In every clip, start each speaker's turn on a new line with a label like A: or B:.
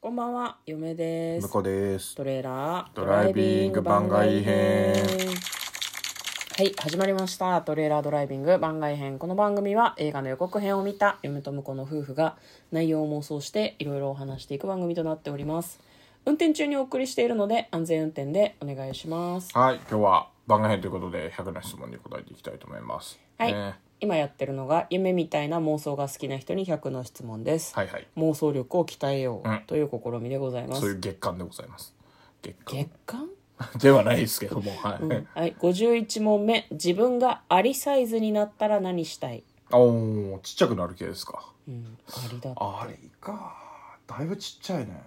A: こんばんは、嫁です。
B: 向こうです
A: トレーラード
B: ドライビング番外編
A: はい始まりましたトレーラードライビング番外編この番組は映画の予告編を見た嫁と婿の夫婦が内容を妄想していろいろお話していく番組となっております運転中にお送りしているので安全運転でお願いします
B: はい今日は番外編ということで100の質問に答えていきたいと思います
A: はい、
B: ね
A: 今やってるのが夢みたいな妄想が好きな人に100の質問です、
B: はいはい
A: 妄想力を鍛えよ
B: うん
A: うという試みでございます、
B: そういう月間でございます月間
A: 月間
B: ではないですけどもはい、
A: はい、51問目自分がアリサイズになったら何したい、
B: おーちっちゃくなる系ですか
A: うん、アリだって
B: あれかだいぶちっちゃいね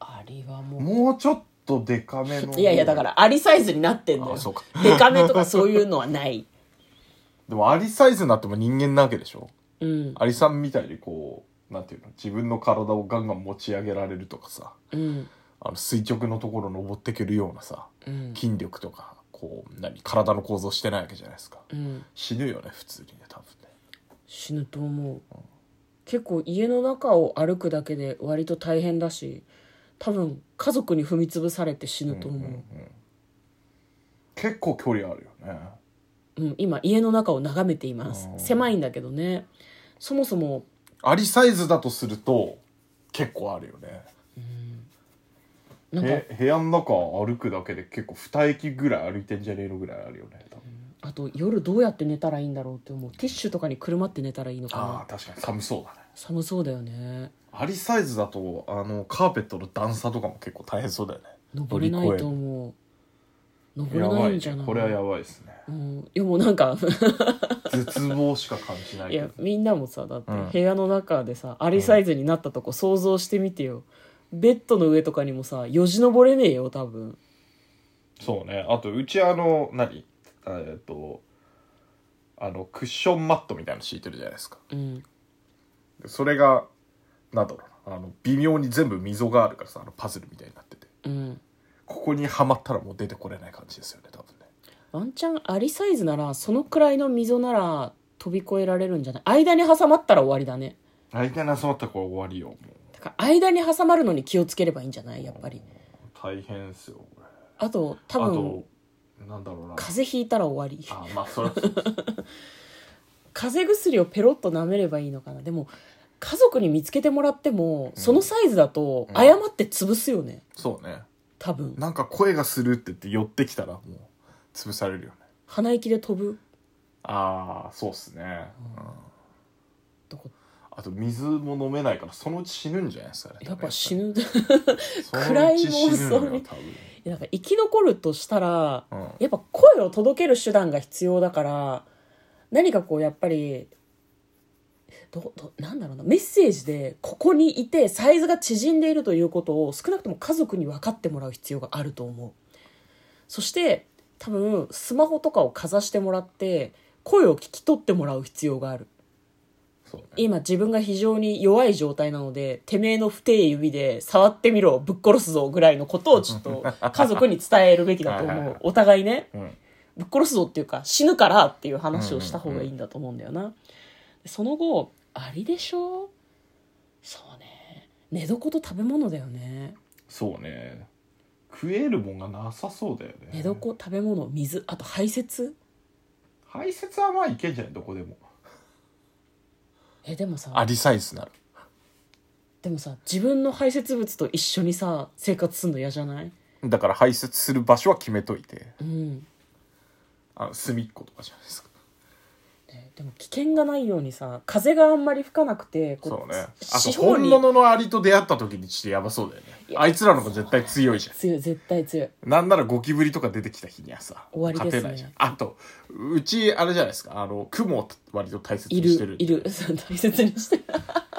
A: アリはもう
B: もうちょっとデカめの
A: いやいやだからアリサイズになってんだよ
B: あそうか
A: デカめとかそういうのはない
B: でもアリサイズになっても人間なわけでしょ
A: うん
B: アリさんみたいにこうなんていうの自分の体をガンガン持ち上げられるとかさ
A: うん
B: あの垂直のところ登っていけるようなさ
A: うん
B: 筋力とかこう何体の構造してないわけじゃないですか
A: うん
B: 死ぬよね普通にね多分ね
A: 死ぬと思う結構家の中を歩くだけで割と大変だし多分家族に踏み潰されて死ぬと思う、うん
B: 結構距離あるよね
A: 今家の中を眺めています
B: あー
A: 狭いんだけどねそもそも
B: アリサイズだとすると結構あるよね
A: なんか
B: へ部屋の中歩くだけで結構2駅ぐらい歩いてんじゃねえのぐらいあるよね多分
A: あと夜どうやって寝たらいいんだろうって思うティッシュとかにくるまって寝たらいいのか
B: あ
A: な
B: あ確かに寒そうだね
A: 寒そうだよね
B: アリサイズだとあのカーペットの段差とかも結構大変そうだよね
A: 登れないと思う登
B: や
A: れ
B: ば
A: ないいん
B: ね
A: じゃない
B: これはやばいです ね
A: うん、いやもうなんか
B: 絶望しか感じない
A: い
B: けど
A: やみんなもさだって
B: うん
A: 部屋の中でさ、アリサイズになったとこ想像してみてよベッドの上とかにもさよじ登れねえよ多分
B: そうねあとうちあの何えーっとあのクッションマットみたいなの敷いてるじゃないですか
A: うん
B: でそれがなんだろうなあの微妙に全部溝があるからさあのパズルみたいになってて
A: うん
B: ここにはまったらもう出てこれない感じですよね多分ね
A: ワンチャンアリサイズならそのくらいの溝なら飛び越えられるんじゃない間に挟まったら終わりだね
B: 相手に集まったらこれ終わりよもう
A: だから間に挟まるのに気をつければいいんじゃないやっぱり
B: 大変ですよこれ
A: あと多
B: あ
A: 分
B: となんだろうな
A: 風邪ひいたら終わり
B: あまあそれはそうです
A: 風邪薬をペロッと舐めればいいのかなでも家族に見つけてもらっても、そのサイズだと
B: うん
A: 誤って潰すよね
B: そうね
A: 多分
B: なんか声がするって言って寄ってきたらもう潰されるよね
A: 鼻息で飛ぶ
B: ああそうっすね、うん
A: とこ
B: あと水も飲めないからそのうち死ぬんじゃないですかね
A: やっぱ死
B: ぬ
A: ぬ
B: その
A: 暗
B: う
A: い
B: ち死
A: 妄
B: ぬの
A: 想
B: よ
A: に
B: 多分
A: なんか生き残るとしたら
B: うん
A: やっぱ声を届ける手段が必要だから何かこうやっぱりどどなんだろうなメッセージでここにいてサイズが縮んでいるということを少なくとも家族に分かってもらう必要があると思うそして多分スマホとかをかざしてもらって声を聞き取ってもらう必要がある
B: そうね
A: 今自分が非常に弱い状態なのでてめえの不定指で触ってみろぶっ殺すぞぐらいのことをちょっ と家族に伝えるべきだと
B: はい
A: 思
B: はいは
A: う
B: い
A: お互いね
B: うん
A: ぶっ殺すぞっていうか死ぬからっていう話をした方がいいんだと思うんだよな、その後アリでしょそうね寝床と食べ物だよね
B: そうね食えるもんがなさそうだよね
A: 寝床食べ物水あと排泄
B: 排泄はまあいけんじゃないどこでも
A: えでもさ
B: アリサイズなる
A: でもさ自分の排泄物と一緒にさ生活するの嫌じゃない
B: だから排泄する場所は決めといて
A: うん
B: あの隅っことかじゃないですか
A: ねでも危険がないようにさ風があんまり吹かなくてこ
B: そうねあと
A: 四方
B: 本
A: に
B: 物のアリと出会った時にちょっとやばそうだよねあいつらの方が絶対強いじゃん
A: 強い絶対強い
B: なんならゴキブリとか出てきた日にはさ
A: 終わりですね
B: 勝てないじゃんあとうちあれじゃないですかあのクモを割と大切
A: い
B: にして
A: る
B: るんで
A: いる 大切にして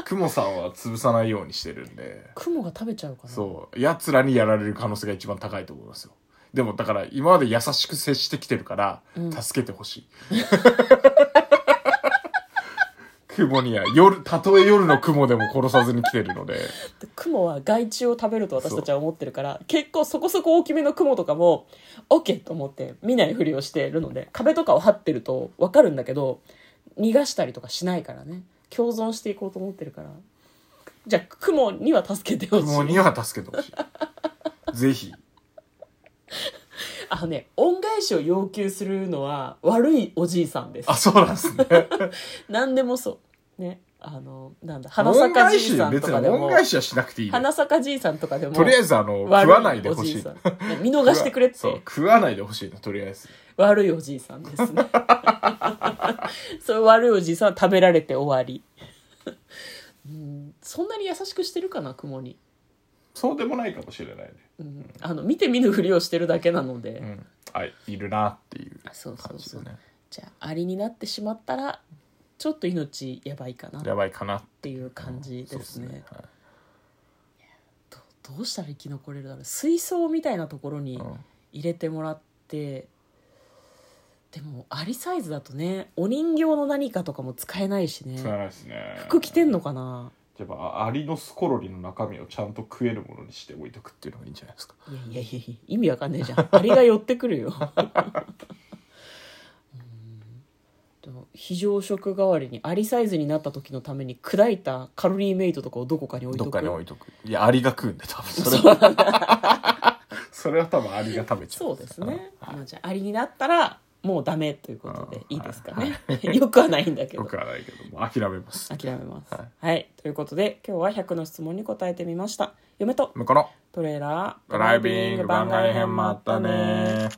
B: クモさんは潰さないようにしてるんで
A: 雲が食べちゃうかな
B: そう奴らにやられる可能性が一番高いと思いますよでもだから今まで優しく接してきてるから、
A: うん
B: 助けてほしいクモには夜たとえ夜のクモでも殺さずに来てるので
A: 雲は害虫を食べると私たちは思ってるから結構そこそこ大きめの雲とかも OK と思って見ないふりをしてるので壁とかを張ってると分かるんだけど逃がしたりとかしないからね共存していこうと思ってるからじゃあ雲には助けてほし
B: もう
A: い
B: には助けてほしいぜひ
A: あのね恩返しを要求するのは悪いおじいさんです
B: あそうなんです ね
A: 何でもそうねあのなんだ花
B: 恩
A: 坂じ
B: 返
A: い
B: し
A: さん
B: 別
A: と
B: に
A: かで
B: 恩
A: も
B: 返しはしなくていいね
A: 花坂じいさんとかでも
B: とりあえずあの食
A: 悪
B: わないで
A: お
B: ほ
A: じ
B: し
A: い
B: い
A: さんね見逃してくれっ
B: そう
A: て
B: 食わないでほしいのとりあえず
A: 悪いおじいさんですね そういう悪いおじいさんは食べられて終わりうんそんなに優しくしてるかな雲に、
B: そうでもないかもしれないね
A: うん、あの見て見ぬふりをしてるだけなので、
B: うんはいいるなっていう
A: そうそ
B: 感
A: う
B: じ
A: そ
B: で
A: う
B: ね
A: じゃあアリになってしまったらちょっと命やばいかなっ
B: やばいかなって
A: いう感じですね,、
B: そうはい
A: どどうしたら生き残れるだろう水槽みたいなところに
B: うん
A: 入れてもらって、でもアリサイズだとねお人形の何かとかも使えないしね
B: 使わないですね
A: 服着てんのかな
B: やっぱアリのスコロリの中身をちゃんと食えるものにして置いとくっていうのがいいんじゃないですか
A: いやいやいやいや意味わかんねえじゃんアリが寄ってく るようんでも非常食代わりにアリサイズになった時のために砕いたカロリーメイトとかをどこかに置い
B: ど
A: と
B: っ
A: く
B: かに置いとくいやアリが食うんで多分それはそれは多分アリが食べちゃう
A: そうですね、まあ、じゃあアリになったらもうダメということで
B: うん
A: いいですかね、よくはないんだけ
B: よ
A: ど
B: くはないけどもう諦めます
A: 諦めますは、
B: はい
A: ということで今日は100の質問に答えてみました嫁と
B: 向こうの
A: トレーラー
B: ドライビング番外編もあったね